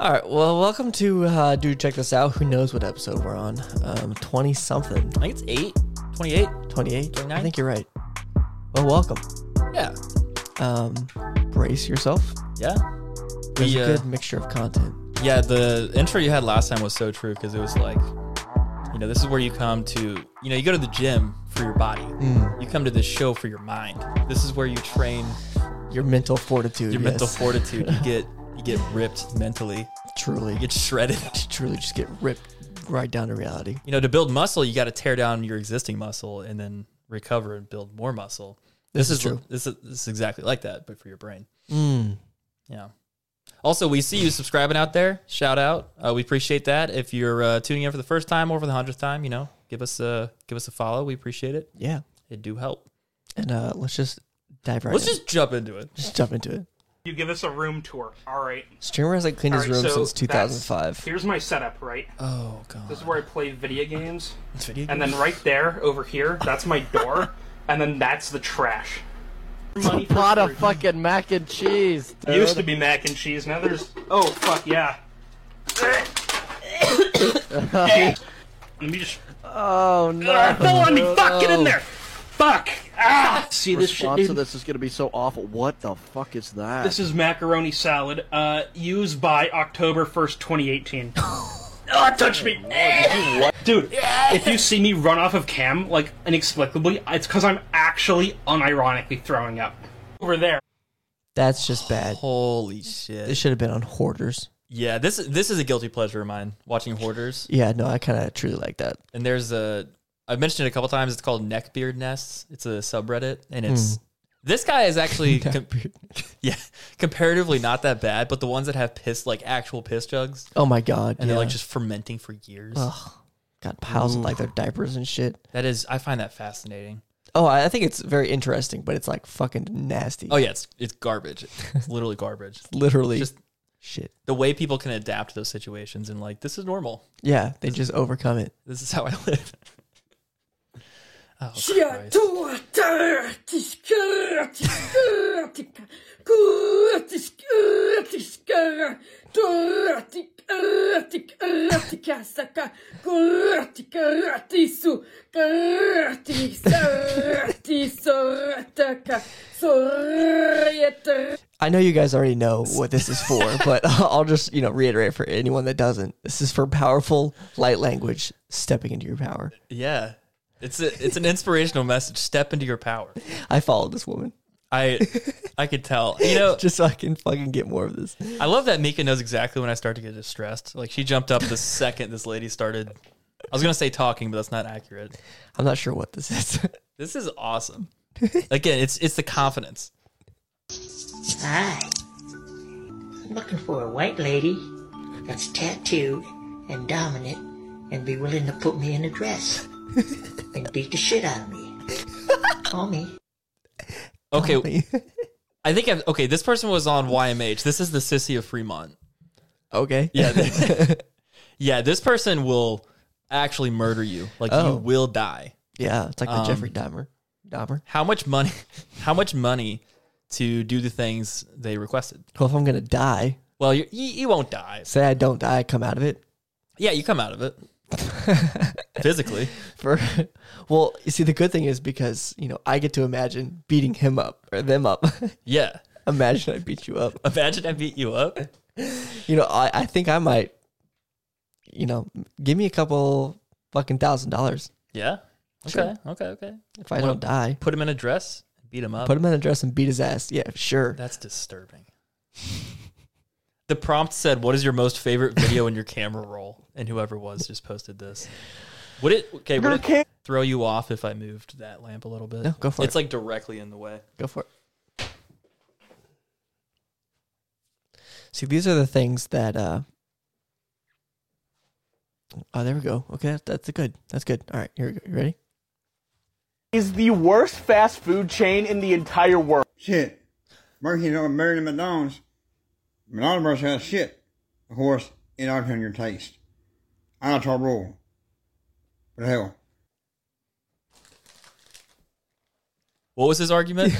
All right. Well, welcome to uh, Dude Check This Out. Who knows what episode we're on? Um, 20 something, I think it's eight, 28. 28. I 29? think you're right. Well, welcome. Yeah. Um, brace yourself. Yeah. There's We, a uh, good mixture of content. Yeah. The intro you had last time was so true because it was like, you know, this is where you come to, you know, you go to the gym for your body, you come to this show for your mind. This is where you train Your mental fortitude. your yes. mental fortitude. You get, you get ripped mentally, Truly. you get shredded. truly just get ripped right down to reality. You know, to build muscle, you got to tear down your existing muscle and then recover and build more muscle. This is is true. This is, this is exactly like that, but for your brain. Mm. Yeah. Also, we see you subscribing out there. Shout out. Uh, we appreciate that. If you're uh, tuning in for the first time or for the hundredth time, you know, give us a give us a follow. We appreciate it. Yeah. It do help. And uh, let's just dive right Let's in. just jump into it. Just jump into it. You give us a room tour. All right. Streamer hasn't cleaned All his right, room so since that's- 2005. Here's my setup, right? Oh god. This is where I play video games. And then right there, over here, that's my door. and then that's the trash. Money for lot of fruit. fucking mac and cheese. Dude. Used to be mac and cheese. Now there's. Oh, fuck, yeah. Let me just. Oh no! Ah, it fell on me! Fuck, get in there! Fuck! Ah! See, this shit. Response to this is gonna be so awful. What the fuck is that? This is macaroni salad, uh, used by October 1st, 2018. oh, touch me! Dude, if you see me run off of cam, like, inexplicably, it's because I'm actually unironically throwing up. Over there. That's just bad. Holy It shit. should have been on Hoarders. Yeah, this this is a guilty pleasure of mine. Watching hoarders. Yeah, no, I kind of truly like that. And there's a I've mentioned it a couple times. It's called Neckbeard Nests. It's a subreddit, and it's Hmm. this guy is actually com- yeah comparatively not that bad. But the ones that have piss like actual piss jugs, Oh my god. and yeah. they're like just fermenting for years. Ugh. Got piles of like their diapers and shit. That is, I find that fascinating. Oh, I I think it's very interesting, but it's like fucking nasty. Oh yeah, it's it's garbage. It's literally garbage. literally Just shit. the way people can adapt to those situations and like this is normal. Yeah, they just overcome it. This is how I live. Oh, Christ. I know you guys already know what this is for, but I'll just, you know, reiterate for anyone that doesn't. This is for powerful light language stepping into your power. yeah, it's a, it's an inspirational message. Step into your power. I followed this woman I I could tell. You know, just so I can fucking get more of this. I love that Mika knows exactly when I start to get distressed. Like she jumped up the second this lady started. I was gonna say talking, but that's not accurate. I'm not sure what this is. This is awesome. Again, it's it's the confidence. Hi. I'm looking for a white lady that's tattooed and dominant and be willing to put me in a dress and beat the shit out of me. Call me. Okay, I think I've, okay. This person was on YMH. This is the sissy of Fremont. okay. Yeah, th- yeah. This person will actually murder you. Like Oh. you will die. Um, Yeah, it's like the Jeffrey Dahmer. Dahmer. How much money? How much money to do the things they requested? Well, if I'm gonna die, Well, you you, you won't die. say I don't die, I come out of it. Yeah, you come out of it physically. For well, you see, the good thing is because you know I get to imagine beating him up or them up. Yeah. imagine I beat you up. Imagine I beat you up. You know, I, I think I might. You know, give me a couple fucking thousand dollars Yeah. Okay. Sure. Okay. Okay. if I don't die. Put him in a dress. Beat him up. Put him in a dress and beat his ass. Yeah, sure. uh, That's disturbing. the prompt said, "What is your most favorite video in your camera roll?" And whoever was just posted this. Would it okay? Would it throw you off if I moved that lamp a little bit? No, go for It's it. like directly in the way. Go for it. See, these are the things that. uh Oh, there we go. Okay, that, that's good. That's good. All right, here we go. You ready? is the worst fast food chain in the entire world. shit. Mercury's on Mary McDonald's. McDonald's has shit. Of course, it depends on your taste. I don't talk rule. But hell. What was his argument?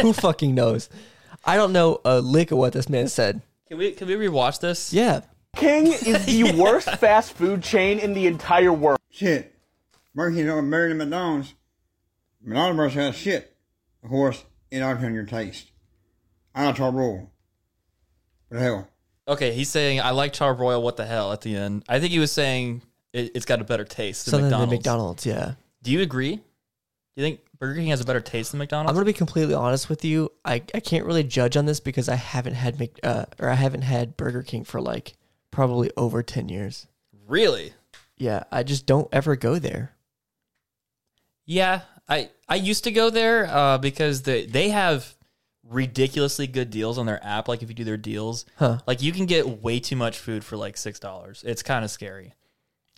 Who fucking knows? I don't know a lick of what this man said. Can we can we rewatch this? Yeah. King is the worst fast food chain in the entire world. Shit. Murphy don't marry the McDonald's. McDonald's has shit. A horse in our your taste. I don't talk rule. But hell. Okay, he's saying I like charbroil. What the hell? At the end, I think he was saying it, it's got a better taste than Something McDonald's. than McDonald's. Yeah. Do you agree? Do you think Burger King has a better taste than McDonald's? I'm gonna be completely honest with you. I, I can't really judge on this because I haven't had Mc, uh, or I haven't had Burger King for like probably over ten years. really? Yeah, I just don't ever go there. Yeah, I I used to go there uh, because they they have ridiculously good deals on their app. Like if you do their deals, Huh. like you can get way too much food for like six dollars. It's kind of scary.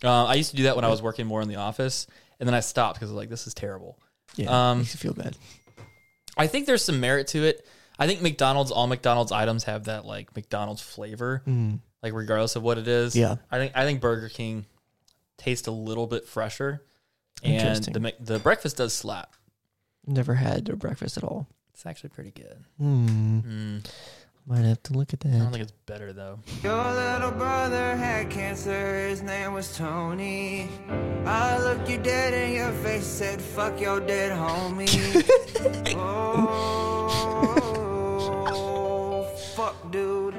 Uh, I used to do that when I was working more in the office, and then I stopped because I was like, this is terrible. Yeah, Um, makes you feel bad. I think there's some merit to it. I think McDonald's, all McDonald's items have that like McDonald's flavor, like regardless of what it is. Mm. Yeah. I think I think Burger King tastes a little bit fresher, and Interesting. the Mc- the breakfast does slap. Never had their breakfast at all. It's actually pretty good. Hmm. Might have to look at I don't that. think it's better though. Your little brother had cancer, his name was Tony. I looked you dead in your face, said, fuck your dead homie. oh, fuck, dude.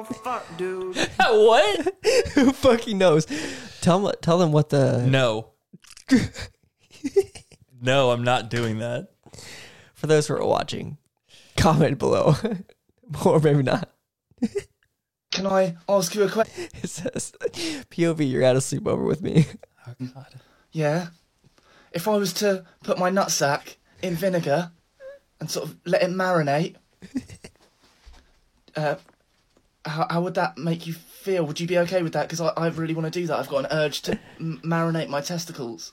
Oh, fuck, dude. what? Who fucking knows? Tell them, tell them what the No. no, I'm not doing that. for those who are watching. Comment below, or maybe not. Can I ask you a question? It says, "POV, you're at a sleepover with me." Yeah. If I was to put my nutsack in vinegar and sort of let it marinate, uh, how, how would that make you feel? Would you be okay with that? Because I, I really want to do that. I've got an urge to m- marinate my testicles.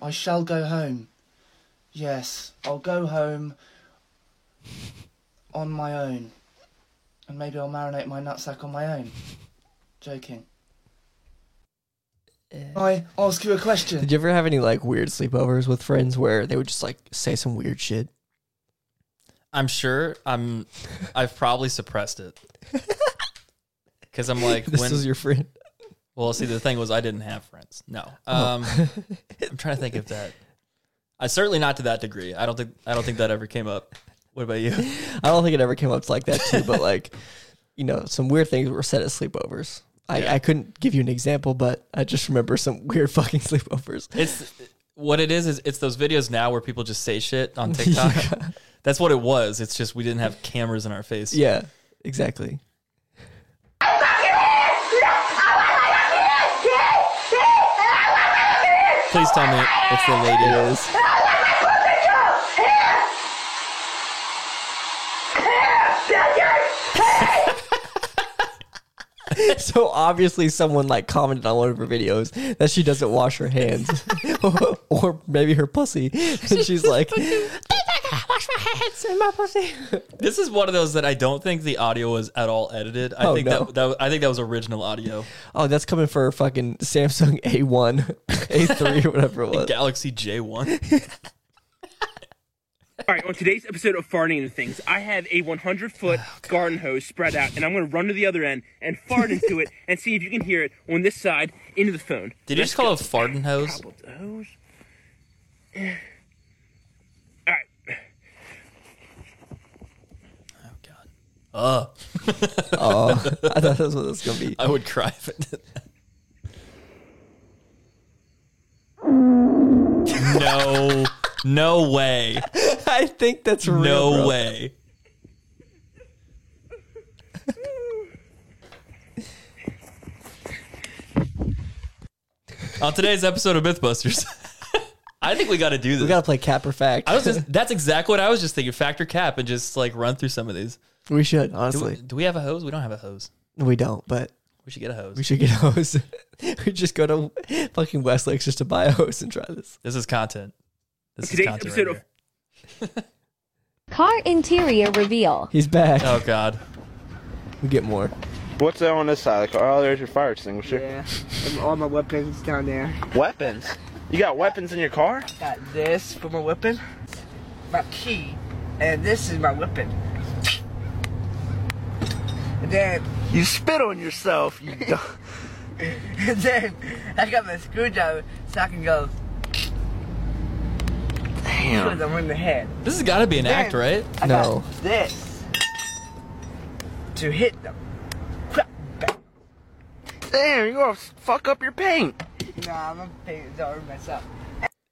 I shall go home. Yes, I'll go home on my own. And maybe I'll marinate my nutsack on my own. Joking. Can I ask you a question. Did you ever have any like weird sleepovers with friends where they would just like say some weird shit? I'm sure I'm I've probably suppressed it. Cause I'm like This when was your friend. Oh. well see the thing was I didn't have friends. No. Um I'm trying to think of that. I certainly not to that degree. I don't think I don't think that ever came up. What about you? I don't think it ever came up like that too, but like, you know, some weird things were said at sleepovers. I, I couldn't give you an example, but I just remember some weird fucking sleepovers. It's what it is is it's those videos now where people just say shit on TikTok. That's what it was. It's just we didn't have cameras in our face. Yeah, exactly. Please tell me it's the lady. So obviously, someone like commented on one of her videos that she doesn't wash her hands, or, maybe her pussy, and she's like, This is one of those that I don't think the audio was at all edited. I Oh, think no. that, that I think that was original audio. "Oh, that's coming for fucking Samsung A1, A3, or whatever it was." Galaxy J1. All right, on today's episode of Farting and Things, I have a 100 foot Oh, garden hose spread out, and I'm going to run to the other end and fart into it and see if you can hear it on this side into the phone. Did you just call it a farting hose? Coupled hose. All right. Oh god. Ugh. Oh, I thought that's what it was gonna be. I would cry if it did that. No. No way. I think that's real. No bro. way. On today's episode of Mythbusters, I think we got to do this. We gotta play cap or fact. I was just, that's exactly what I was just thinking. Factor cap and just like run through some of these. we should Do we, honestly. do we have a hose? We don't have a hose. We, don't, but We should get a hose. we should get a hose. we just go to fucking Westlakes just to buy a hose and try this. This is content. This Today's is content. episode right of- Car interior reveal. He's back. here. oh God, We get more. What's that on this side of the car? Oh, there's your fire extinguisher. Yeah, and all my weapons down there. Weapons. You got weapons in your car? Got this for my weapon, my key, and this is my whipping. And then You spit on yourself. You dumb. and then I got my screwdriver so I can go Damn. because I'm in the head. This has got to be an act, right? I got this to hit them. Damn, you're gonna fuck up your paint. Nah, I'm gonna paint it over myself.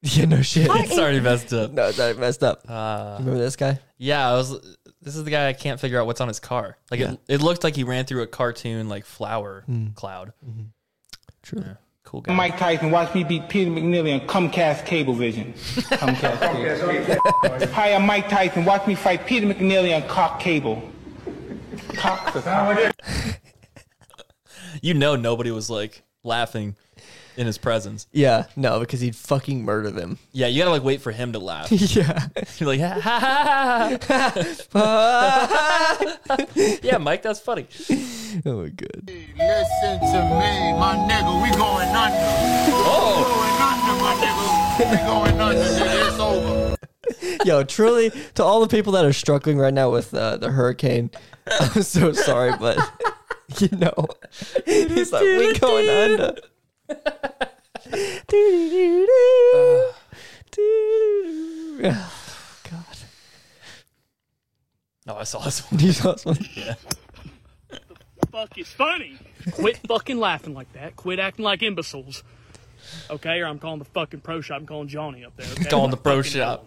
Yeah, no shit. It's already messed up. Uh, No, it's already messed up. Remember this guy? Yeah, I was. This is the guy I can't figure out what's on his car. Like Yeah. it, it looked like he ran through a cartoon like flower Mm. cloud. True. Cool guy. Mike Tyson, watch me beat Peter McNeely on Comcast Cablevision. Comcast Cable. Hi, I'm Mike Tyson. Watch me fight Peter McNeely on Cock Cable. Cock. You know, nobody was like laughing in his presence. Yeah, no, because he'd fucking murder them. Yeah, you gotta like wait for him to laugh. Yeah. You're like, ha ha ha, ha, ha. "Ah." yeah, Mike, that's funny. Oh my god. Listen to me, my nigga, we going under. Oh. We going under, my nigga. We going under, nigga. It's over. Yo, truly, to all the people that are struggling right now with uh, the hurricane, I'm so sorry, but you know, he's like, we going under. Doo-doo-doo-doo. Doo-doo-doo. God. No, Oh, I saw this one. You saw this one? Yeah. Fuck, it's funny. Quit fucking laughing like that. Quit acting like imbeciles. Okay, or I'm calling the fucking pro shop. I'm calling Johnny up there. Okay? Calling the pro Fucking shop.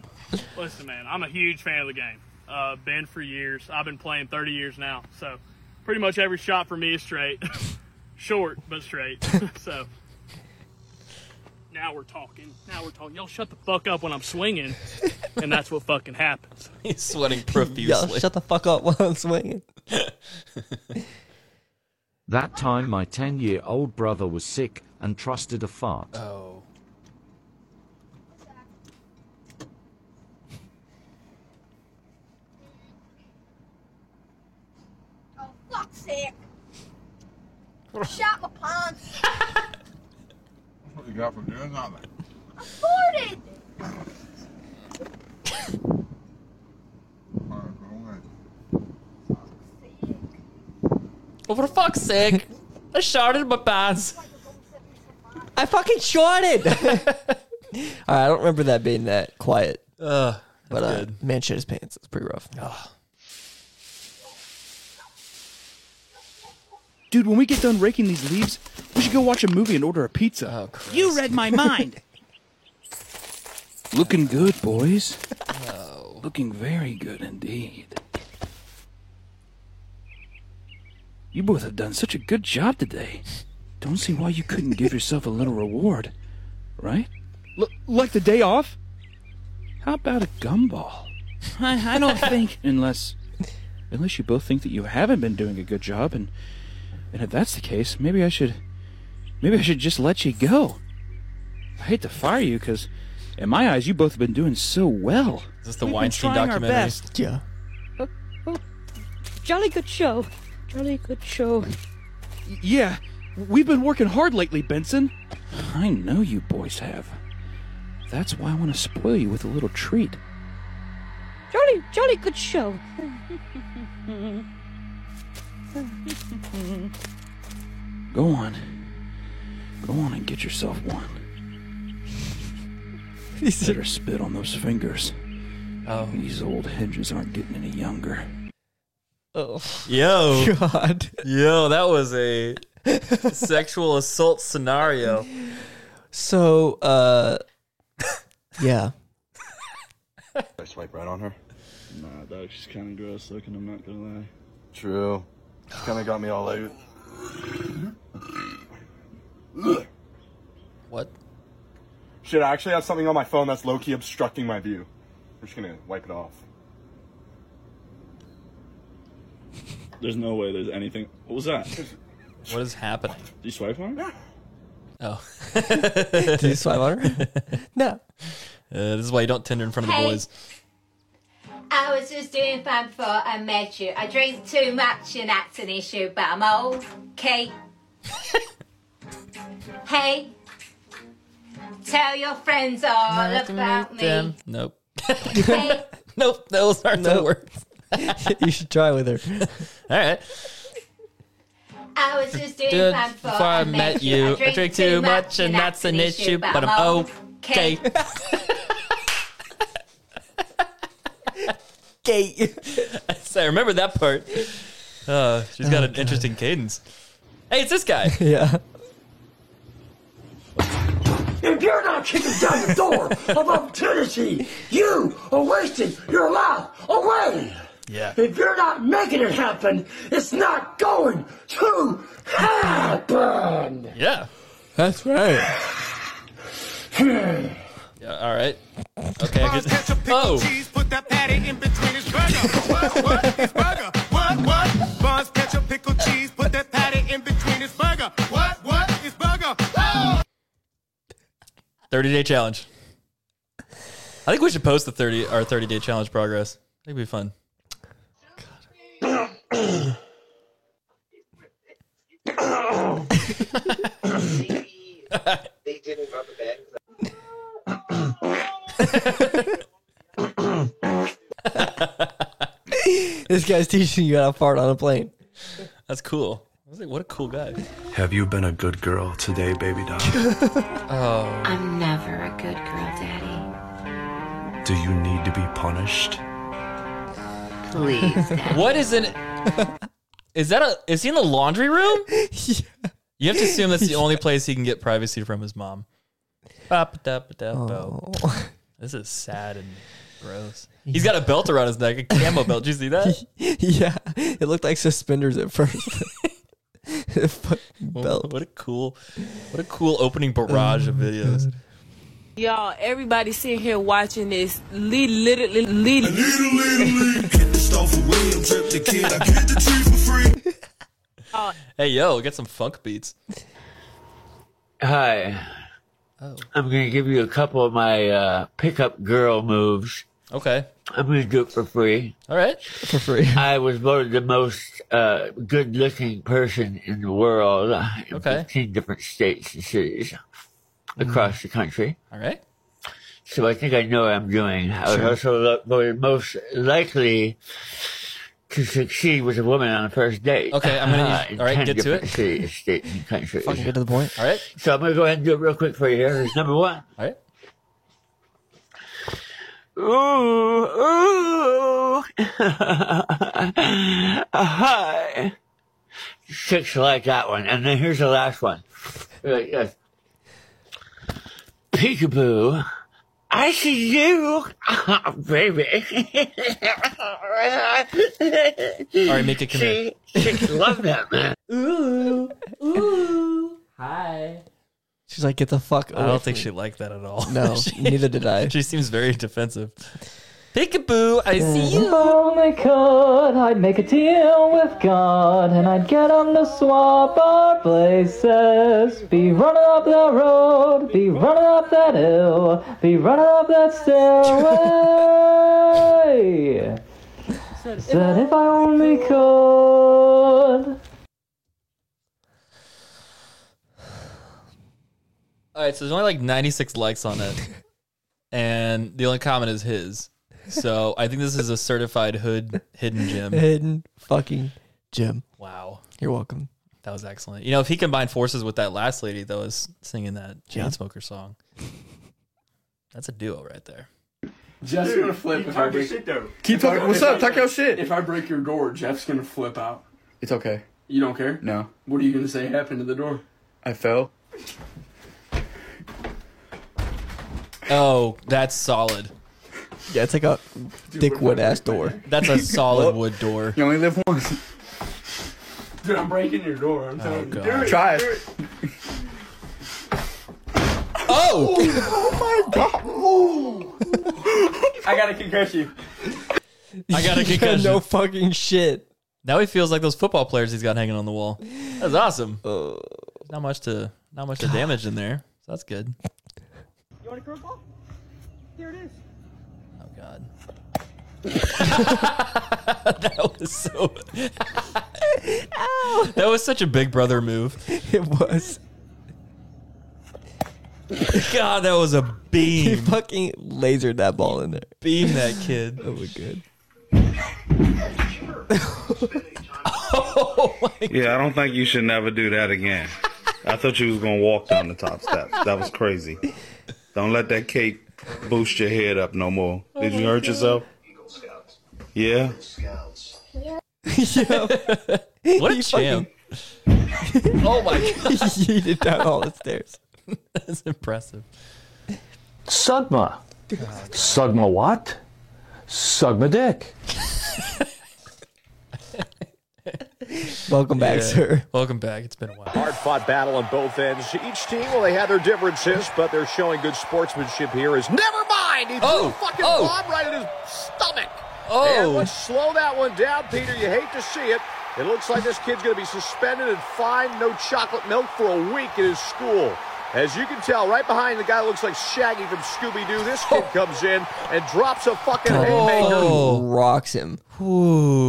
Listen, man, I'm a huge fan of the game. Uh, been for years. I've been playing 30 years now, so pretty much every shot for me is straight, short but straight. so now we're talking. Now we're talking. Y'all shut the fuck up when I'm swinging, and that's what fucking happens. He's sweating Yo, profusely. shut the fuck up while I'm swinging. That time my 10 year old brother was sick and trusted a fart. Oh. Oh, Fuck's sake. Shot my pants. What you got for doing nothing? Aborted. Well, for fuck's sake, I shouted my pants. I fucking shorted. All right, I don't remember that being that quiet. Uh, but that's uh, good. man shit his pants. It's pretty rough. Dude, when we get done raking these leaves, we should go watch a movie and order a pizza. You read my mind. Looking good, boys. Looking very good indeed. You both have done such a good job today. Don't see why you couldn't give yourself a little reward, right? L- like the day off? How about a gumball? I, I don't think. Unless, unless you both think that you haven't been doing a good job, and and if that's the case, maybe I should, maybe I should just let you go. I hate to fire you because, in my eyes, you both have been doing so well. Is this the We've been Weinstein trying our documentary? best. Yeah. Jolly good show. Jolly good show. Yeah, we've been working hard lately, Benson. I know you boys have. That's why I want to spoil you with a little treat. Jolly, jolly good show. Go on. Go on and get yourself one. Better spit on those fingers. Oh. These old hinges aren't getting any younger. Oh. Yo. God. Yo, that was a sexual assault scenario. So, uh, yeah. I swipe right on her. Nah, dog, she's kind of gross looking, I'm not gonna lie. True. Kind of got me all out. What? Shit, I actually have something on my phone that's low key obstructing my view. I'm just gonna wipe it off. There's no way there's anything. What was that? Did What is happening? you swipe on her? Oh. Did you swipe on her? No. Uh, this is why you don't Tinder in front of Hey. the boys. I was just doing fine before I met you. I drink too much and that's an issue, but I'm old. Okay. hey. Tell your friends all about me. Nope. Hey. Nope, those aren't the Nope. words. you should try with her. All right. I was just doing Dude, fine before, before I met you, I drink too much, and that's an issue, but I'm okay. Gate. I remember that part. Uh, she's Oh, got an interesting cadence. Hey, it's this guy. yeah. If you're not kicking down the door of opportunity, you are wasting your life away. Yeah. If you're not making it happen, it's not going to happen. Yeah. That's right. Yeah, all right. Okay. I get- oh, Put that patty in between his burger. What, what, his burger? What, what? Buns, ketchup, pickle, cheese. Put that patty in between his burger. What, what? His burger. Oh! 30 day challenge. I think we should post the 30 our 30 day challenge progress. I think it'd be fun. They didn't rub the bed. this guy's teaching you how to fart on a plane. That's cool. I was like, what a cool guy. Have you been a good girl today, baby doll? Oh. I'm never a good girl, Daddy. Do you need to be punished? Please, What is an Is that a is he in the laundry room? You have to assume that's the only place he can get privacy from his mom. Oh. Ba-ba-da-ba-da-bo. This is sad and gross. He's got a belt around his neck, a camo belt. Did you see that? yeah. It looked like suspenders at first. Belt. What a cool what a cool opening barrage Oh of videos. Y'all, everybody sitting here watching this, li- literally, li- Hit the stove for William, trip the kid. I get the tree for free. Hey yo, get some funk beats. Hi. Oh. I'm going to give you a couple of my uh, pickup girl moves. Okay. I'm going to do it for free. All right. For free. I was voted the most uh, good looking person in the world uh, in Okay. Mm-hmm. 15 different states and cities across the country. All right. So I think I know what I'm doing. I was Sure. also lo- voted most likely to succeed with a woman on a first date. Okay, I'm gonna use- in all right, 10 get to different it. Cities, states, and countries. Fucking get to the point. All right. So I'm gonna go ahead and do it real quick for you here. Here's number one. All right. Ooh, ooh. Hi. Chicks like that one. And then here's the last one. Right, yes. Peekaboo. I see you, baby. All right, make it come here. Chicks love that, man. Ooh. Ooh. Hi. She's like, get the fuck I away don't from think me. she liked that at all. No, neither did I. She seems very defensive. Peekaboo, I see you. Oh my god, I'd make a deal with God and I'd get him to swap our places. Be running up that road, be running up that hill, be running up that stairway. Said if I only could. All right, so there's only like 96 likes on it, and the only comment is his. So I think this is a certified hood hidden gem. Hidden fucking gem. Wow. You're welcome. That was excellent. You know, if he combined forces with that last lady that was singing that Yeah. Chainsmoker song, that's a duo right there. Jeff's gonna flip if I break. Keep if I- talking. What's if up? I- Talk your shit. If I break your door, Jeff's gonna flip out. It's okay. You don't care. No, What are you gonna say happened to the door? I fell. Oh, that's solid. Yeah, it's like a dick wood ass door. That's a solid wood door. You only live once. Dude, I'm breaking your door. I'm telling you. Do it, Try do it. Oh! oh my god. I gotta concuss you. I got a concussion. no fucking shit. Now he feels like those football players he's got hanging on the wall. That's awesome. Uh, not much to not much to damage in there. So that's good. You want a curveball? Here it is. Oh god. that was so That was such a big brother move. It was. God, that was a beam. He fucking lasered that ball in there. Beam that kid. that was good. oh my Yeah, I don't think you should never do that again. I thought you was gonna walk down the top steps. That was crazy. Don't let that cake boost your head up no more. Did you hurt yourself? Yeah. What a He champ. oh my god. He yeeted down all the stairs. That's impressive. Sugma. Sugma what? Sugma dick. Welcome back, Yeah. sir. Welcome back. It's been a while. Hard fought battle on both ends. Each team, well, they had their differences, but they're showing good sportsmanship here. Is never mind. He threw Oh, a fucking oh. bomb right in his stomach. Oh. And let's slow that one down, Peter. You hate to see it. It looks like this kid's going to be suspended and fined no chocolate milk for a week at his school. As you can tell, right behind the guy looks like Shaggy from Scooby Doo. This kid comes in and drops a fucking haymaker. Oh. Fucking rocks him.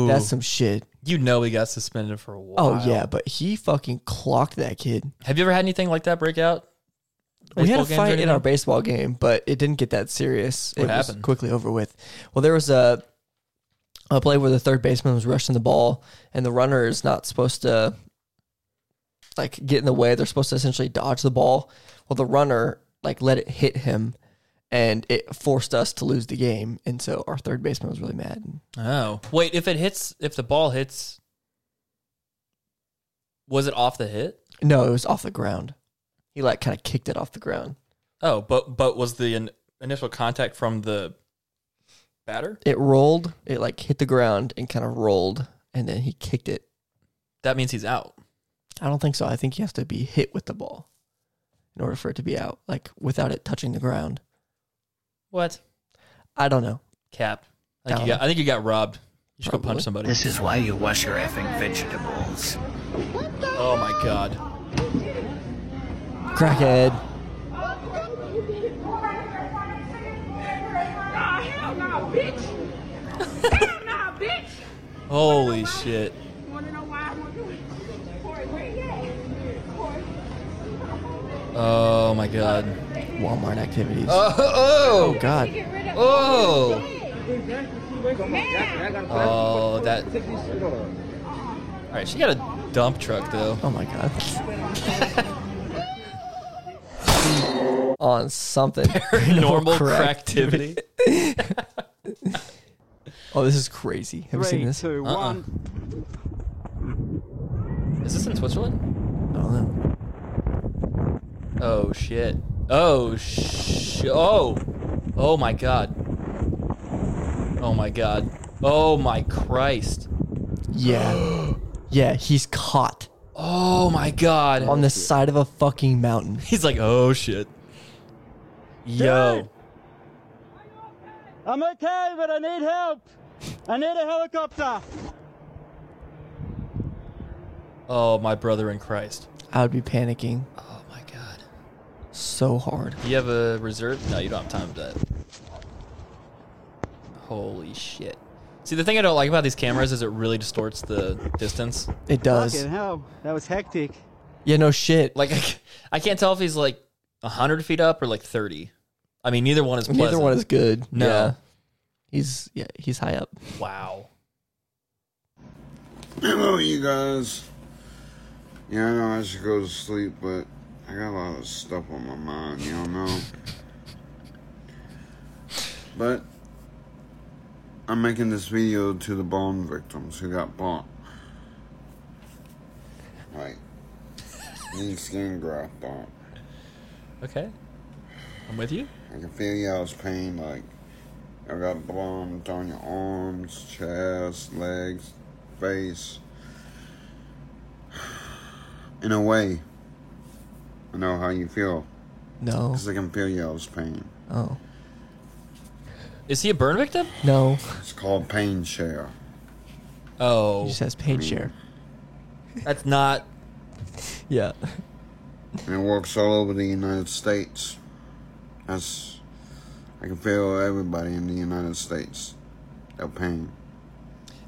That's some shit. You know he got suspended for a while. Oh yeah, but he fucking clocked that kid. Have you ever had anything like that break out? We had a Baseball games or fight in our anything? baseball game, but it didn't get that serious. What it was happened? quickly over with. Well, there was a a play where the third baseman was rushing the ball, and the runner is not supposed to like get in the way. They're supposed to essentially dodge the ball. Well, the runner like let it hit him, and it forced us to lose the game. And so our third baseman was really mad. And Oh wait, if it hits, if the ball hits, was it off the hit? No, it was off the ground. He like kind of kicked it off the ground. Oh, but but was the in, initial contact from the batter? It rolled. It like hit the ground and kind of rolled, and then he kicked it. That means he's out. I don't think so. I think you have to be hit with the ball in order for it to be out, like without it touching the ground. What? I don't know. Cap. I think, you got, I think you got robbed. You should go punch somebody. This is why you wash your effing vegetables. Oh my god. Crackhead. Holy shit. Oh my god. Walmart activities. Oh, oh. Oh, God. Oh. Oh, that. All right, she got a dump truck though. Oh my god. On something. Paranormal Cracktivity. oh, this is crazy. Have you seen this? Uh-uh. Is this in Switzerland? I don't know. Oh shit. Oh sh. Oh. Oh my god. Oh my god. Oh my Christ. Yeah. yeah, he's caught. Oh my god. On the side of a fucking mountain. He's like, oh shit. Yo. I'm okay, but I need help. I need a helicopter. Oh my brother in Christ. I would be panicking. Oh my god. So hard. Do you have a reserve? No, you don't have time for that. Holy shit. See, the thing I don't like about these cameras is it really distorts the distance. It does. Fucking hell, that was hectic. Yeah, no shit. Like, I, c- I can't tell if he's like 100 feet up or like 30. I mean, neither one is pleasant. Neither one is good. No. Yeah. He's yeah, he's high up. Wow. Hello, you guys. Yeah, I know I should go to sleep, but I got a lot of stuff on my mind, y'all know. But I'm making this video to the bomb victims who got bombed. Like, need skin graft bomb. Okay. I'm with you. I can feel y'all's pain. Like, I got bombed on your arms, chest, legs, face. In a way, I know how you feel. No. Because I can feel y'all's pain. Oh. Is he a burn victim? No. It's called pain share. Oh. He just has pain Mm. share. That's not. Yeah. And it works all over the United States. That's. I can feel everybody in the United States. Their pain.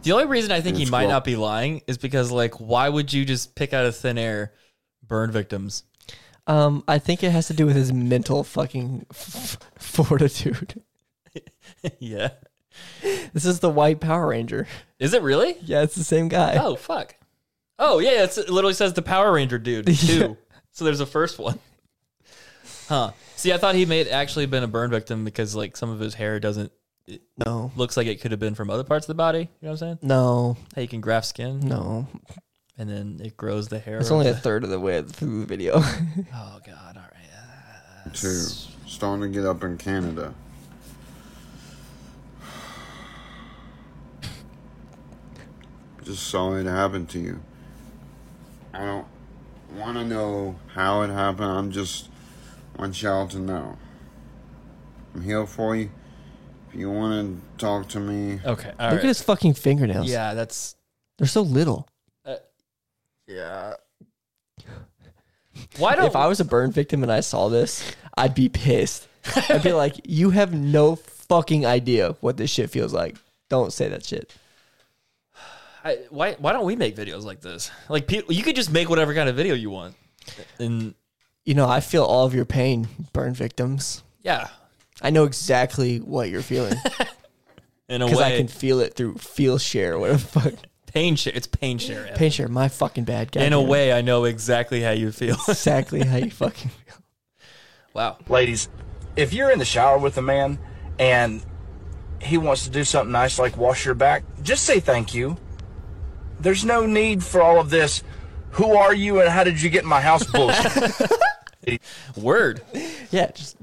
The only reason I think he It's might cool. not be lying is because, like, why would you just pick out of thin air burn victims? Um, I think it has to do with his mental fucking f- fortitude. yeah. This is the White Power Ranger. Is it really? Yeah, it's the same guy. Oh fuck. Oh yeah, it's, it literally says the Power Ranger dude too. So there's a first one. Huh. See, I thought he may have actually been a burn victim because like some of his hair doesn't. It no. Looks like it could have been from other parts of the body. You know what I'm saying? No. How you can graft skin? No. And then it grows the hair. It's of only a the- third of the way through the video. oh God! All right. Two. Starting to get up in Canada. Just sorry it happened to you. I don't want to know how it happened. I'm just want y'all to know. I'm here for you. If you want to talk to me. Okay. Look at his fucking fingernails. Yeah, that's. uh, They're so little. Yeah. Why don't If I was a burn victim and I saw this, I'd be pissed. I'd be like, you have no fucking idea what this shit feels like. Don't say that shit. I, why why don't we make videos like this? Like people, you could just make whatever kind of video you want. And you know, I feel all of your pain, burn victims. Yeah. I know exactly what you're feeling. In a I way. can feel it through feel share, whatever the fuck. Pain share. It's pain share. Evan. Pain share, my fucking bad guy. In a way, I know exactly how you feel. exactly how you fucking Wow. Ladies, if you're in the shower with a man and he wants to do something nice like wash your back, just say thank you. There's no need for all of this. Who are you and how did you get in my house bullshit? Word. Yeah, just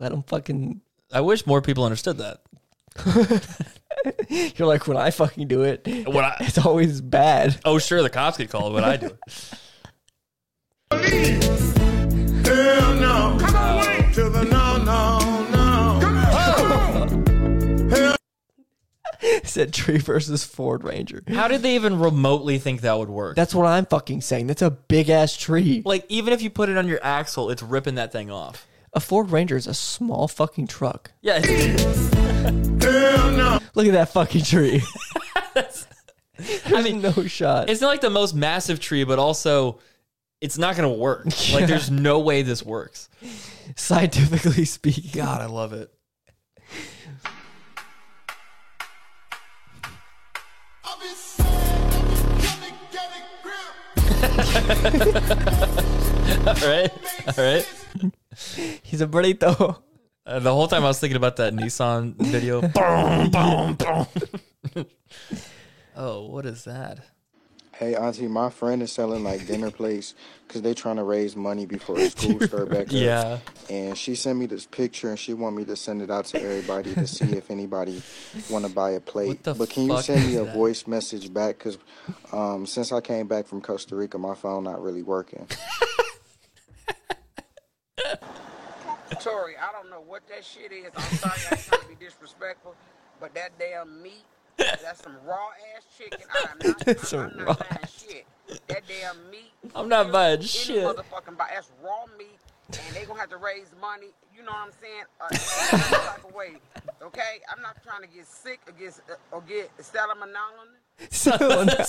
let them fucking. I wish more people understood that. You're like, when I fucking do it, When I- it's always bad. Oh, sure, the cops get called, but I do. it. Hell no. Come on, wait. To the no, no, no. Come on. Said tree versus Ford Ranger. How did they even remotely think that would work? That's what I'm fucking saying. That's a big ass tree. like, even if you put it on your axle, it's ripping that thing off. A Ford Ranger is a small fucking truck. Yeah. it's- Look at that fucking tree. I mean, no shot. It's not like the most massive tree, but also it's not going to work. Yeah. Like, there's no way this works. Scientifically speaking. God, I love it. all right, all right. He's a burrito. Uh, the whole time I was thinking about that Nissan video. Boom, boom, boom. oh, what is that? Hey, Auntie, my friend is selling like dinner plates because they trying to raise money before school start back up. Yeah. And she sent me this picture and she want me to send it out to everybody to see if anybody want to buy a plate. the But can you fuck send me is a that? voice message back? Because um, since I came back from Costa Rica, my phone not really working. Tori, I don't know what that shit is. I'm sorry I ain't trying to be disrespectful, but that damn meat, that's some raw ass chicken. I'm not, It's I'm raw not buying shit. That damn meat. I'm not buying any shit. Motherfucking buy, that's raw meat, and they gonna have to raise money. You know what I'm saying? Uh, in some type of way. Okay, I'm not trying to get sick or get uh, or get salmonella.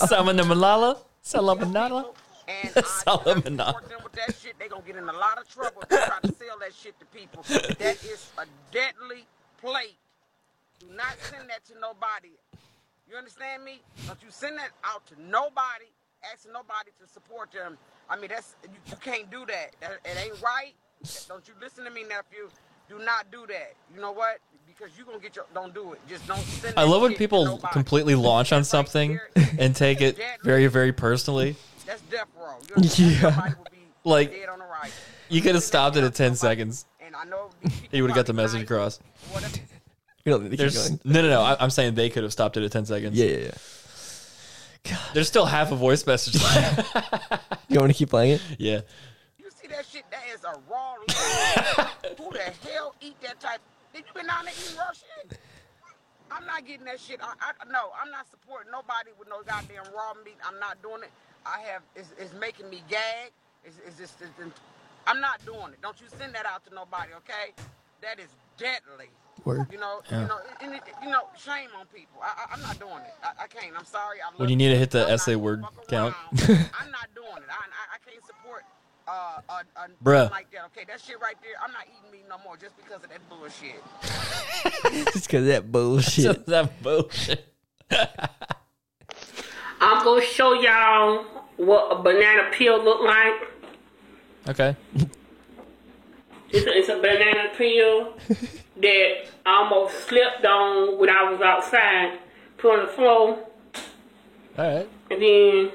Salmonella? Salmonella? And Salmonella. with that shit, they gonna get in a lot of trouble if they try to sell that shit to people. That is a deadly plate. Do not send that to nobody. You understand me? Don't you send that out to nobody, asking nobody to support them. I mean, that's you, you can't do that. that. It ain't right. Don't you listen to me, nephew? Do not do that. You know what? Because you gonna get your. Don't do it. Just don't send. I that love when shit to people nobody. completely launch on something and take it very, very personally. That's death row. You Yeah. Like, you could have stopped it at 10 seconds. He would have got the message across. You don't need to keep There's- going. No, no, no. I, I'm saying they could have stopped it at 10 seconds. Yeah, yeah, yeah. There's still half a voice message left. You want me to keep playing it? yeah. You see that shit? That is a raw leg. Who the hell eat that type? Did you been down there eating raw shit? I'm not getting that shit. I, I, no, I'm not supporting nobody with no goddamn raw meat. I'm not doing it. I have. It's, it's making me gag. It's, it's just. It's, it's- I'm not doing it. Don't you send that out to nobody, okay? That is deadly. Word. You know. Yeah. You know. And it, you know. Shame on people. I, I, I'm not doing it. I, I can't. I'm sorry. I love When you need to hit the essay word count. I'm not doing it. I, I, I can't support a, uh, uh, uh Bruh. like that. Okay, that shit right there. I'm not eating meat no more just because of that bullshit. Just because that bullshit. that bullshit. I'm gonna show y'all what a banana peel look like. Okay. It's a, it's a banana peel that I almost slipped on when I was outside, put on the floor, All right. and then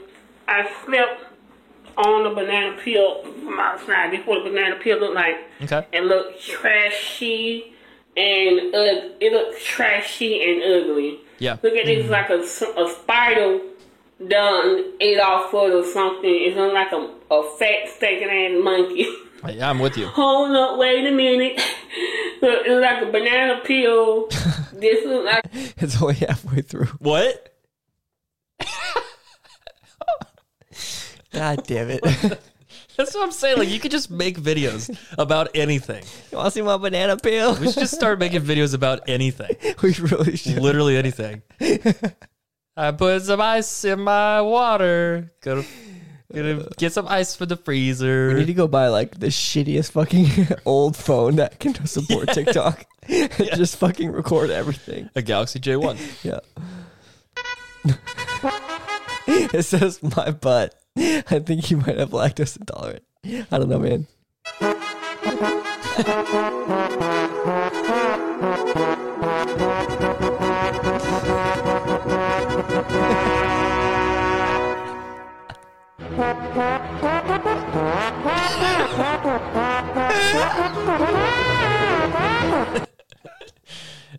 I slipped on the banana peel from outside. This what a banana peel look like. Okay. It looked trashy and ug- it looked trashy and ugly. Yeah. Mm-hmm. Look at this like a, s- a spider done ate off of it or something. It's not like a, a fat stinking ass monkey. Hey, I'm with you. Hold up, wait a minute. Look, it's like a banana peel. this is like It's only halfway through. What? God damn it. That's what I'm saying. Like you could just make videos about anything. You want to see my banana peel? We should just start making videos about anything. We really should. Literally anything. I put some ice in my water. Go to, gonna get some ice for the freezer. We need to go buy like the shittiest fucking old phone that can support TikTok. and Just fucking record everything. a Galaxy J1. Yeah. it says my butt. I think you might have lactose intolerant. I don't know, man.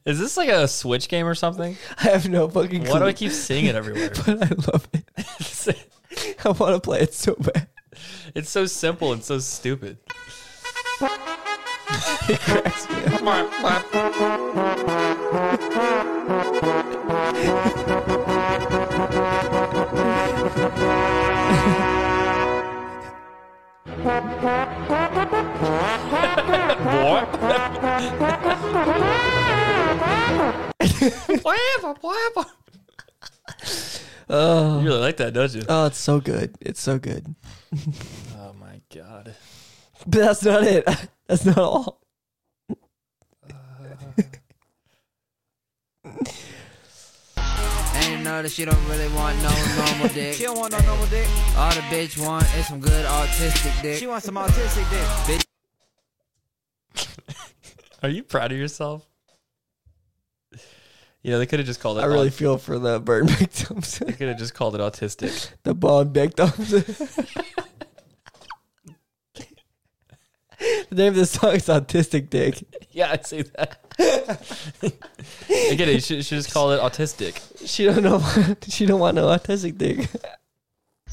Is this like a Switch game or something? I have no fucking clue. Why do I keep seeing it everywhere? but I love it. I want to play it so bad. It's so simple and so stupid. It cracks me Oh. You really like that, don't you? Oh, it's so good. It's so good. Oh my god. But that's not it. That's not all. And you know that she don't really want no normal dick. she don't want no normal dick. All the bitch want is some good autistic dick. She wants some autistic dick. Bitch. Are you proud of yourself? You know, they could have just called it I really aut- feel for the burn victims. they could have just called it autistic. the bald victims. the name of this song is Autistic Dick. yeah, I see that. Again, you should, should just call it autistic. She don't know. She don't want no autistic dick.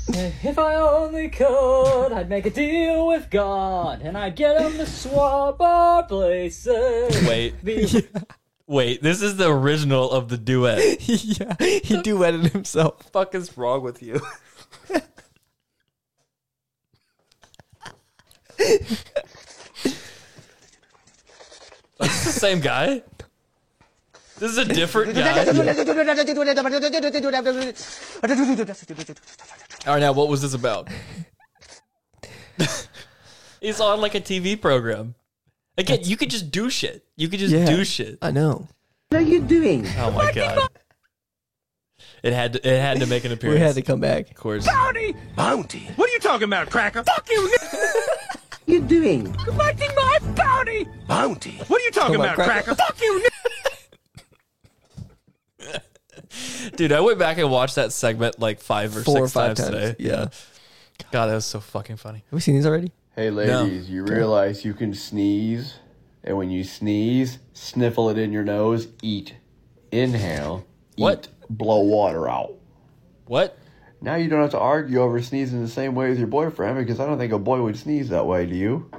If I only could, I'd make a deal with God and I'd get him to swap our places. Wait. Wait, this is the original of the duet. yeah, he duetted himself. fuck is wrong with you? That's the same guy. This is a different guy. All right, now what was this about? He's on like a TV program. Again, you could just do shit. You could just Yeah, do shit. I know. What are you doing? Oh my god! It had to, it had to make an appearance. We had to come back. Of course. Bounty! Bounty? What are you talking about, cracker? Fuck you! you doing? Collecting my bounty! Bounty? What are you talking Come on, about, cracker. Fuck you! Dude, I went back and watched that segment like five or Four or six five times, times, today. Yeah. God, that was so fucking funny. Have we seen these already? Hey, No. ladies, you realize you can sneeze, and when you sneeze, sniffle it in your nose, eat, inhale, What? eat, blow water out. What? Now you don't have to argue over sneezing the same way with your boyfriend because I don't think a boy would sneeze that way, do you?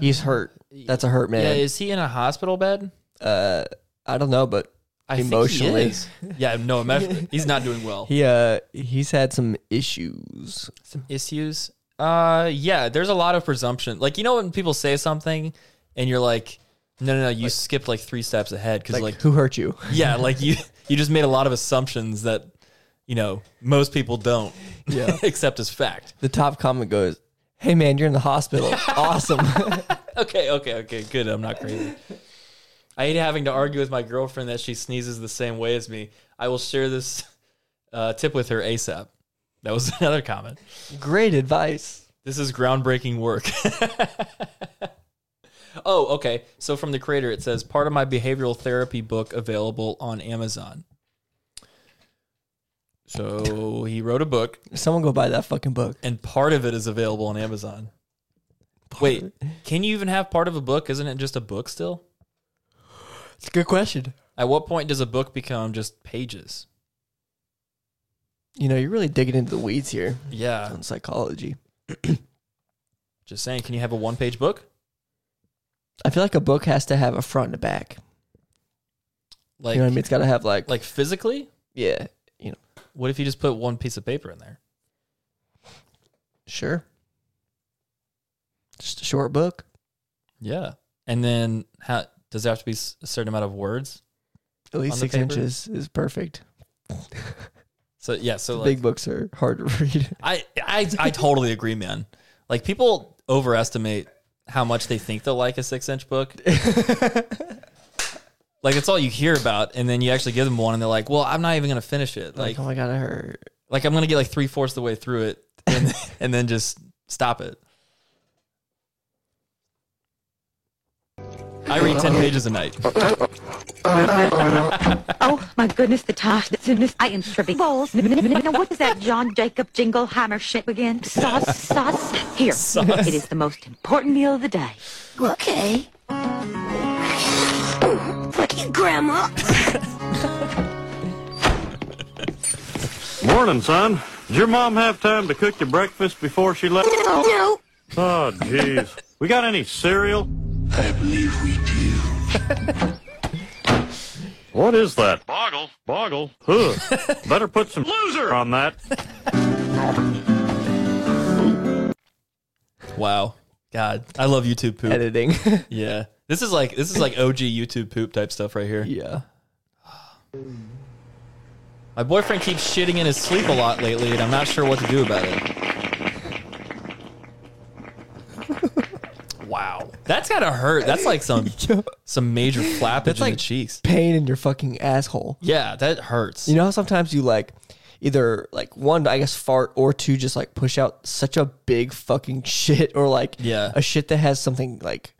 He's hurt. That's a hurt man. Yeah, is he in a hospital bed? uh, I don't know, but I think he emotionally, is. Yeah, no, emotionally. He's not doing well. He uh, he's had some issues. Some issues. Uh, yeah, there's a lot of presumption. Like you know when people say something and you're like, no, no, no, you skipped like three steps ahead because Like, like who hurt you? yeah, like you you just made a lot of assumptions that you know most people don't. Yeah. except as fact. The top comment goes, "Hey man, you're in the hospital. awesome." Okay, okay, okay. Good. I'm not crazy. I hate having to argue with my girlfriend that she sneezes the same way as me. I will share this uh, tip with her ASAP. That was another comment. Great advice. This is groundbreaking work. oh, okay. So from the creator, it says part of my behavioral therapy book available on Amazon. So he wrote a book. Someone go buy that fucking book. And part of it is available on Amazon. Wait, can you even have part of a book? Isn't it just a book still? It's a good question. At what point does a book become just pages? You know, you're really digging into the weeds here. Yeah. On psychology. Just saying, can you have a one page book? I feel like a book has to have a front and a back. Like you know what I mean? It's got to have like like physically? Yeah, you know. What if you just put one piece of paper in there? Sure. Just a short book. Yeah. And then how does it have to be s- a certain amount of words? At least on the six paper? inches is perfect. So yeah, so like, Big books are hard to read. I, I I totally agree, man. Like people overestimate how much they think they'll like a six inch book. like it's all you hear about, and then you actually give them one, and they're like, "Well, I'm not even gonna finish it." Like, Like, oh my god, I hurt. like I'm gonna get like three fourths of the way through it, and and then just stop it. I read ten pages a night. oh my goodness, the tash that's in this. I am tripping balls. N- n- n- Now what is that John Jacob Jingle Hammer shit again? Sauce, sauce. Here, Sauce. it is the most important meal of the day. Okay. Thank you, Grandma. Morning, son. Did your mom have time to cook you breakfast before she left? No. Oh, jeez. we got any cereal? I believe we do. what is that? Boggle. Boggle. Huh. Better put some loser on that. Wow. God, I love YouTube poop. Editing. yeah. This is like this is like OG YouTube poop type stuff right here. Yeah. My boyfriend keeps shitting in his sleep a lot lately and I'm not sure what to do about it. wow. That's gotta hurt. That's like some some major flappage That's in like the cheeks. pain in your fucking asshole. Yeah, that hurts. You know how sometimes you like either like one, I guess fart, or two, just like push out such a big fucking shit, or like Yeah. a shit that has something like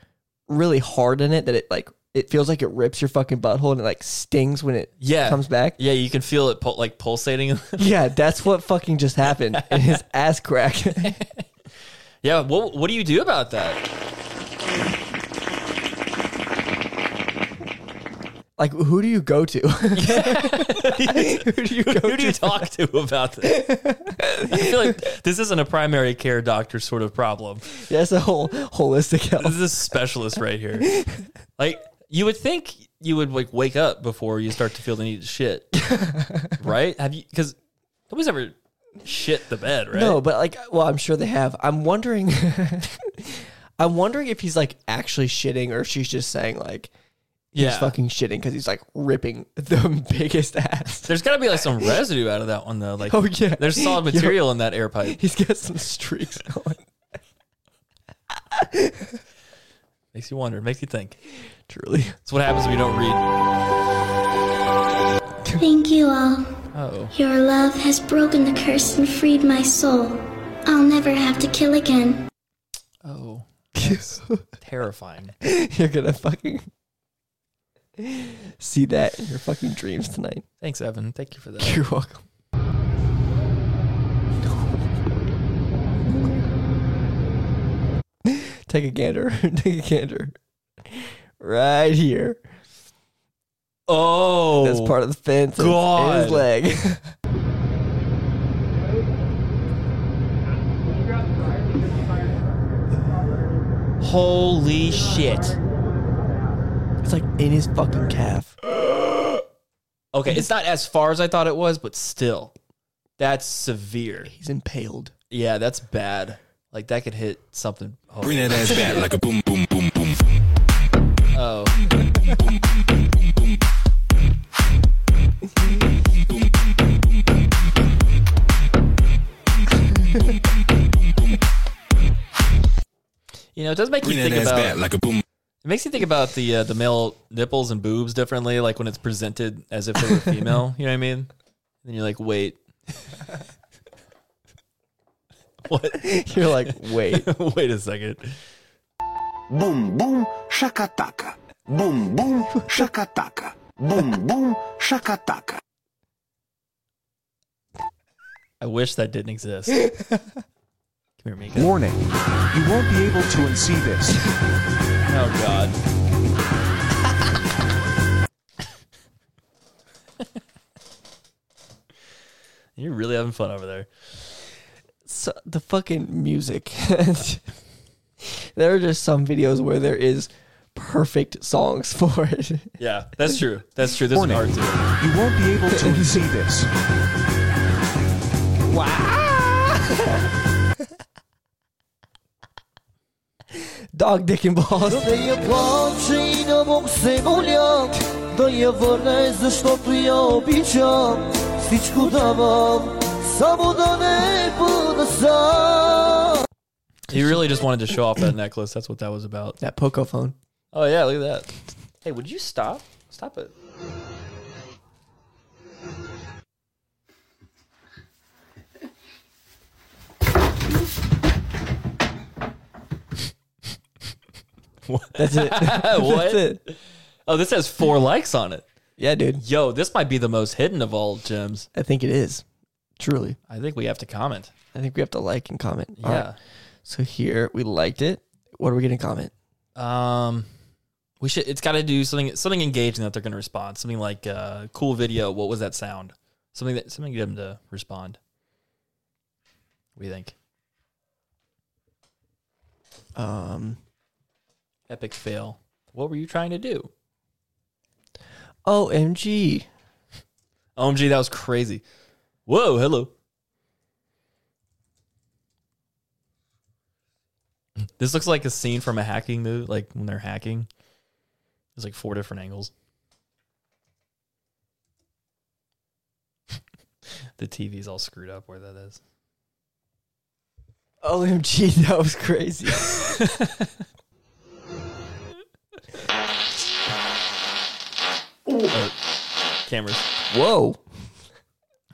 really hard in it that it like it feels like it rips your fucking butthole and it like stings when it Yeah. comes back. Yeah, you can feel it pul- like pulsating. Yeah, that's what fucking just happened. And his ass crack. yeah, what what do you do about that? like, who do you go to? who do you go Who do you talk to about this? I feel like this isn't a primary care doctor sort of problem. Yeah, it's a whole holistic health. This is a specialist right here. Like you would think you would like wake up before you start to feel the need to shit, right? Have you? Because nobody's ever shit the bed, right? No, but like, well, I'm sure they have. I'm wondering, I'm wondering if he's like actually shitting or she's just saying like, he's Yeah. fucking shitting because he's like ripping the biggest ass. There's got to be like some residue out of that one though. Like, Oh, yeah. there's solid Yo. material in that air pipe. He's got some streaks going. Makes you wonder. Makes you think. Truly, it's what happens when you don't read. Thank you all. Oh, Your love has broken the curse and freed my soul. I'll never have to kill again. oh, that's terrifying. You're gonna fucking see that in your fucking dreams tonight. Thanks, Evan. Thank you for that. You're welcome. Take a gander. Take a gander. Right here. Oh, That's part of the fence. It's God. His leg. Holy shit. It's like in his fucking calf. Okay, it's not as far as I thought it was, but still, that's severe. He's impaled. Yeah, that's bad. Like that could hit something. Oh. Bring that ass back like a boom, boom, boom, boom. Oh. You know, it does make you Bring that think ass about back like a boom. It makes you think about the uh, the male nipples and boobs differently, like when it's presented as if they were female. you know what I mean? And you're like, wait, what? You're like, wait, wait a second. Boom, boom, shakataka. Boom, boom, shakataka. Boom, boom, shakataka. I wish that didn't exist. Come here, Mika. Warning. You won't be able to unsee this. Oh God. You're really having fun over there. so, the fucking music. there are just some videos where there is perfect songs for it. Yeah, that's true. That's true. There's an art to it. You won't be able to unsee this. Dog dick and balls. Да я плача и да мог се моля, да я върне, защото я обичам. Всичко давам, само да не бъда сам. He really just wanted to show off that necklace. That's what that was about. That Poco phone. Oh yeah, look at that. Hey, would you stop? Stop it. What? That's it. what? That's it. Oh, this has four likes on it. Yeah, dude. Yo, this might be the most hidden of all gems. I think it is. Truly. I think we have to comment. I think we have to like and comment. All Yeah. right. So here we liked it. What are we gonna comment? Um, we should. It's got to do something something engaging that they're going to respond. Something like uh, cool video. What was that sound? Something that something to get them to respond. What do you think? Um. Epic fail. What were you trying to do? OMG. OMG, that was crazy. Whoa, hello. This looks like a scene from a hacking movie, like when they're hacking. There's like four different angles. the TV's all screwed up where that is. OMG, that was crazy. Uh, cameras. Whoa.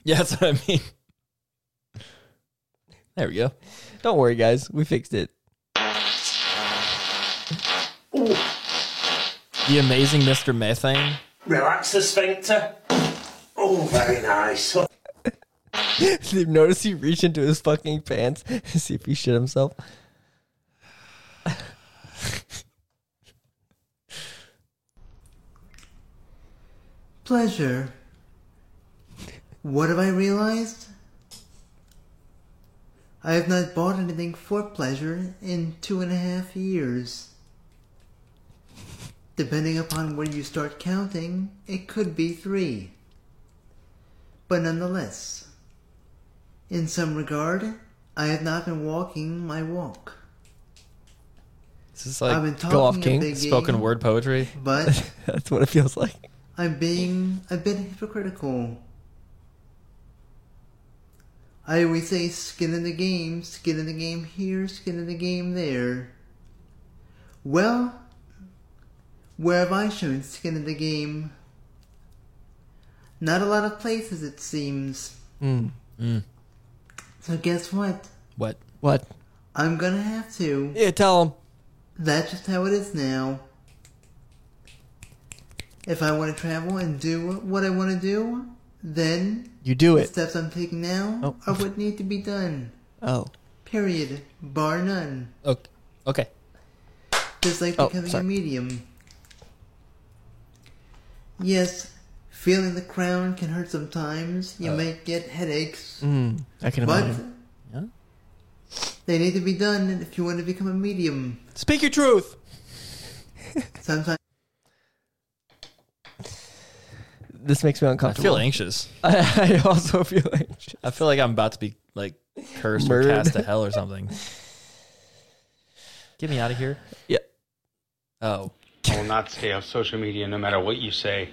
Yeah, that's what I mean. There we go. Don't worry, guys. We fixed it. The amazing Mr. Methane. Relax the sphincter. Oh, very nice. Did you notice he reached into his fucking pants to see if he shit himself? Pleasure. What have I realized? I have not bought anything for pleasure in two and a half years. Depending upon where you start counting, it could be three. But nonetheless, in some regard, I have not been walking my walk. Is this like I've been Go off, talking a King. big spoken game, word poetry? but- That's what it feels like. I'm being a bit hypocritical. I always say skin in the game, skin in the game here, skin in the game there. Well, where have I shown skin in the game? Not a lot of places, it seems. Mm. So guess what? Hmm. What? What? I'm gonna have to. Yeah, tell him. That's just how it is now. If I want to travel and do what I want to do, then You do the it. steps I'm taking now are what need to be done. Oh. Period. Bar none. Okay. okay. Just like Oh, becoming sorry. a medium. Yes, feeling the crown can hurt sometimes. You Uh. might get headaches. Mm, I can but imagine. They need to be done if you want to become a medium. Speak your truth. Sometimes. This makes me uncomfortable. anxious. I, I also feel anxious. I feel like I'm about to be like cursed or Murdered. cast to hell or something. Get me out of here. Yeah. Oh. I will not stay off social media no matter what you say.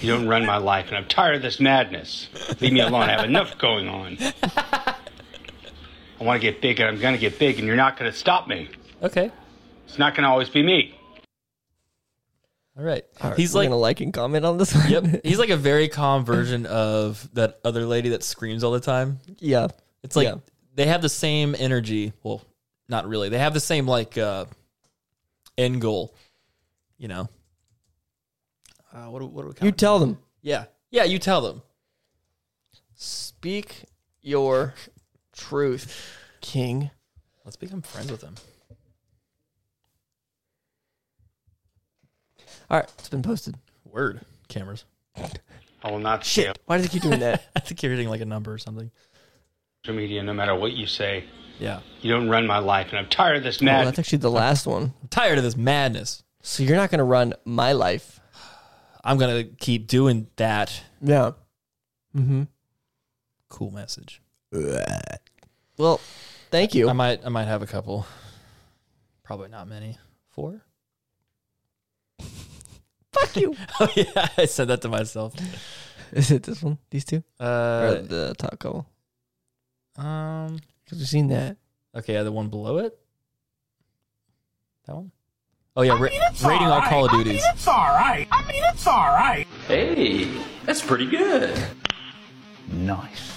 You don't run my life, and I'm tired of this madness. Leave me alone. I have enough going on. I want to get big, and I'm going to get big, and you're not going to stop me. Okay. It's not going to always be me. All right. He's He's like like- gonna like and comment on this. One. Yep. He's like a very calm version of that other lady that screams all the time. Yeah. It's like Yeah. they have the same energy. Well, not really. They have the same like uh end goal. You know. Uh, what do- what do we call You tell them. Yeah. Yeah, you tell them. Speak your truth, King. Let's become friends with them. All right, it's been posted. Word. Cameras. I will not Shit. Why does it keep doing that? I think you're hitting like a number or something. social media no matter what you say. Yeah. You don't run my life, and I'm tired of this Oh, mad. that's actually the last one. I'm tired of this madness. So you're not gonna run my life. I'm gonna keep doing that. Yeah. Mm-hmm. Cool message. Well, thank you. I might I might have a couple. Probably not many. Four? Fuck you. oh yeah, I said that to myself. Is it this one? These two? Uh, or the top couple? Um Because we've seen that. Okay, yeah, the one below it. That one? Oh yeah, ra- rating all Call of Duties. it's alright. I mean, it's alright. Hey, that's pretty good. Nice.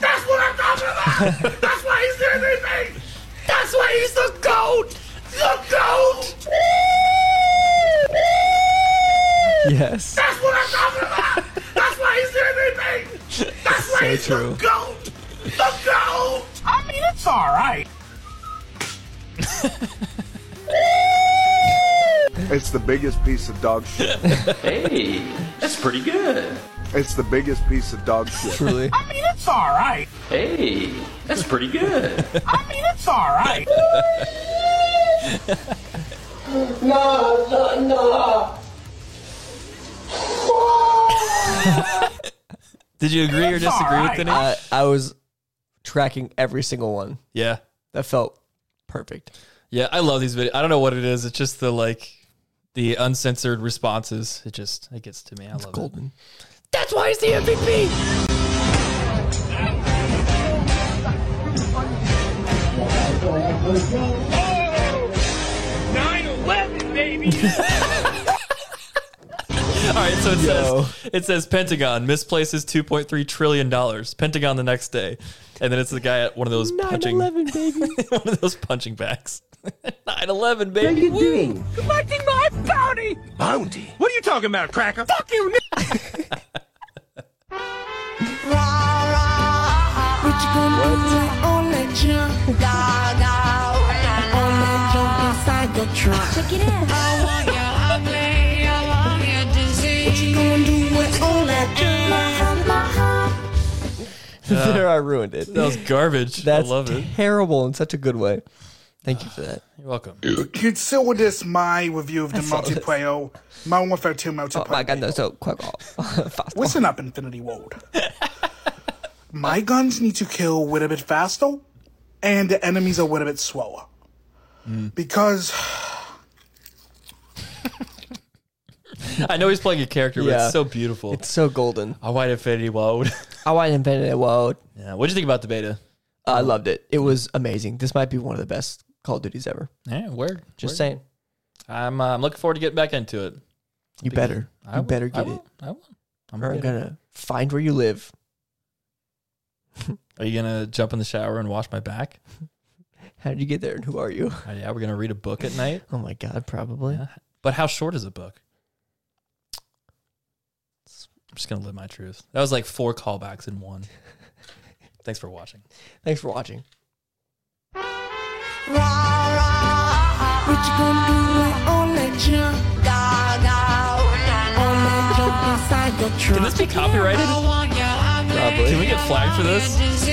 That's what I'm talking about! That's why he's there than me! That's why he's the GOAT! The GOAT! Yes. That's what I'm talking about! That's why he's there than me! That's why So he's true. the GOAT! The GOAT! I mean, it's alright. It's the biggest piece of dog shit. Hey, that's pretty good. It's the biggest piece of dog shit. Truly. I mean, it's alright. Hey, that's pretty good. I mean, it's alright. No, no, no. Did you agree or disagree with any? I, I was tracking every single one. Yeah. That felt perfect. Yeah, I love these videos. I don't know what it is. It's just the like the uncensored responses. It just it gets to me. I love Goldman. That's why he's the MVP! Oh, Nine eleven, baby! it. All right, so it says it says Pentagon misplaces 2.3 trillion dollars. Pentagon the next day, and then it's the guy at one of those punching baby. one of those punching bags. 9-11, baby. What are you doing? Collecting my bounty! Bounty? What are you talking about, cracker? Fuck you, What you gonna do? Only jump, dog, dog. Only jump inside the trunk. Check it out. I want you ugly. I want you disease. What you gonna do with all that junk? My heart. Yeah. there, I ruined it. That was garbage. That's I love it. terrible in such a good way. Thank you for that. Oh You're welcome. Consider this my review of the I saw this. multiplayer Modern Warfare 2 multiplayer. Oh my god, no, so quick off. Listen up, Infinity Ward. my guns need to kill a little bit faster, and the enemies a little bit slower. Mm. Because I know he's playing a character, but Yeah. it's so beautiful. It's so golden. I want Infinity World. I want Infinity World. Yeah. What'd you think about the beta? I loved it. It was amazing. This might be one of the best Call of Duties ever. Yeah, word. Just word. saying. I'm uh, I'm looking forward to getting back into it. You better. I You will. better I get will. it. I will. I'm or I'm good. gonna find where you live. Are you gonna jump in the shower and wash my back? How did you get there and who are you? Oh, yeah, we're gonna read a book at night. Oh my god, probably. But how short is a book? I'm just gonna live my truth. That was like four callbacks in one. Thanks for watching. Thanks for watching. What you gonna do with all that junk? Dog, dog. Only jump inside the Can trunk. this be copyrighted? I want you ugly. Can we get flagged for this?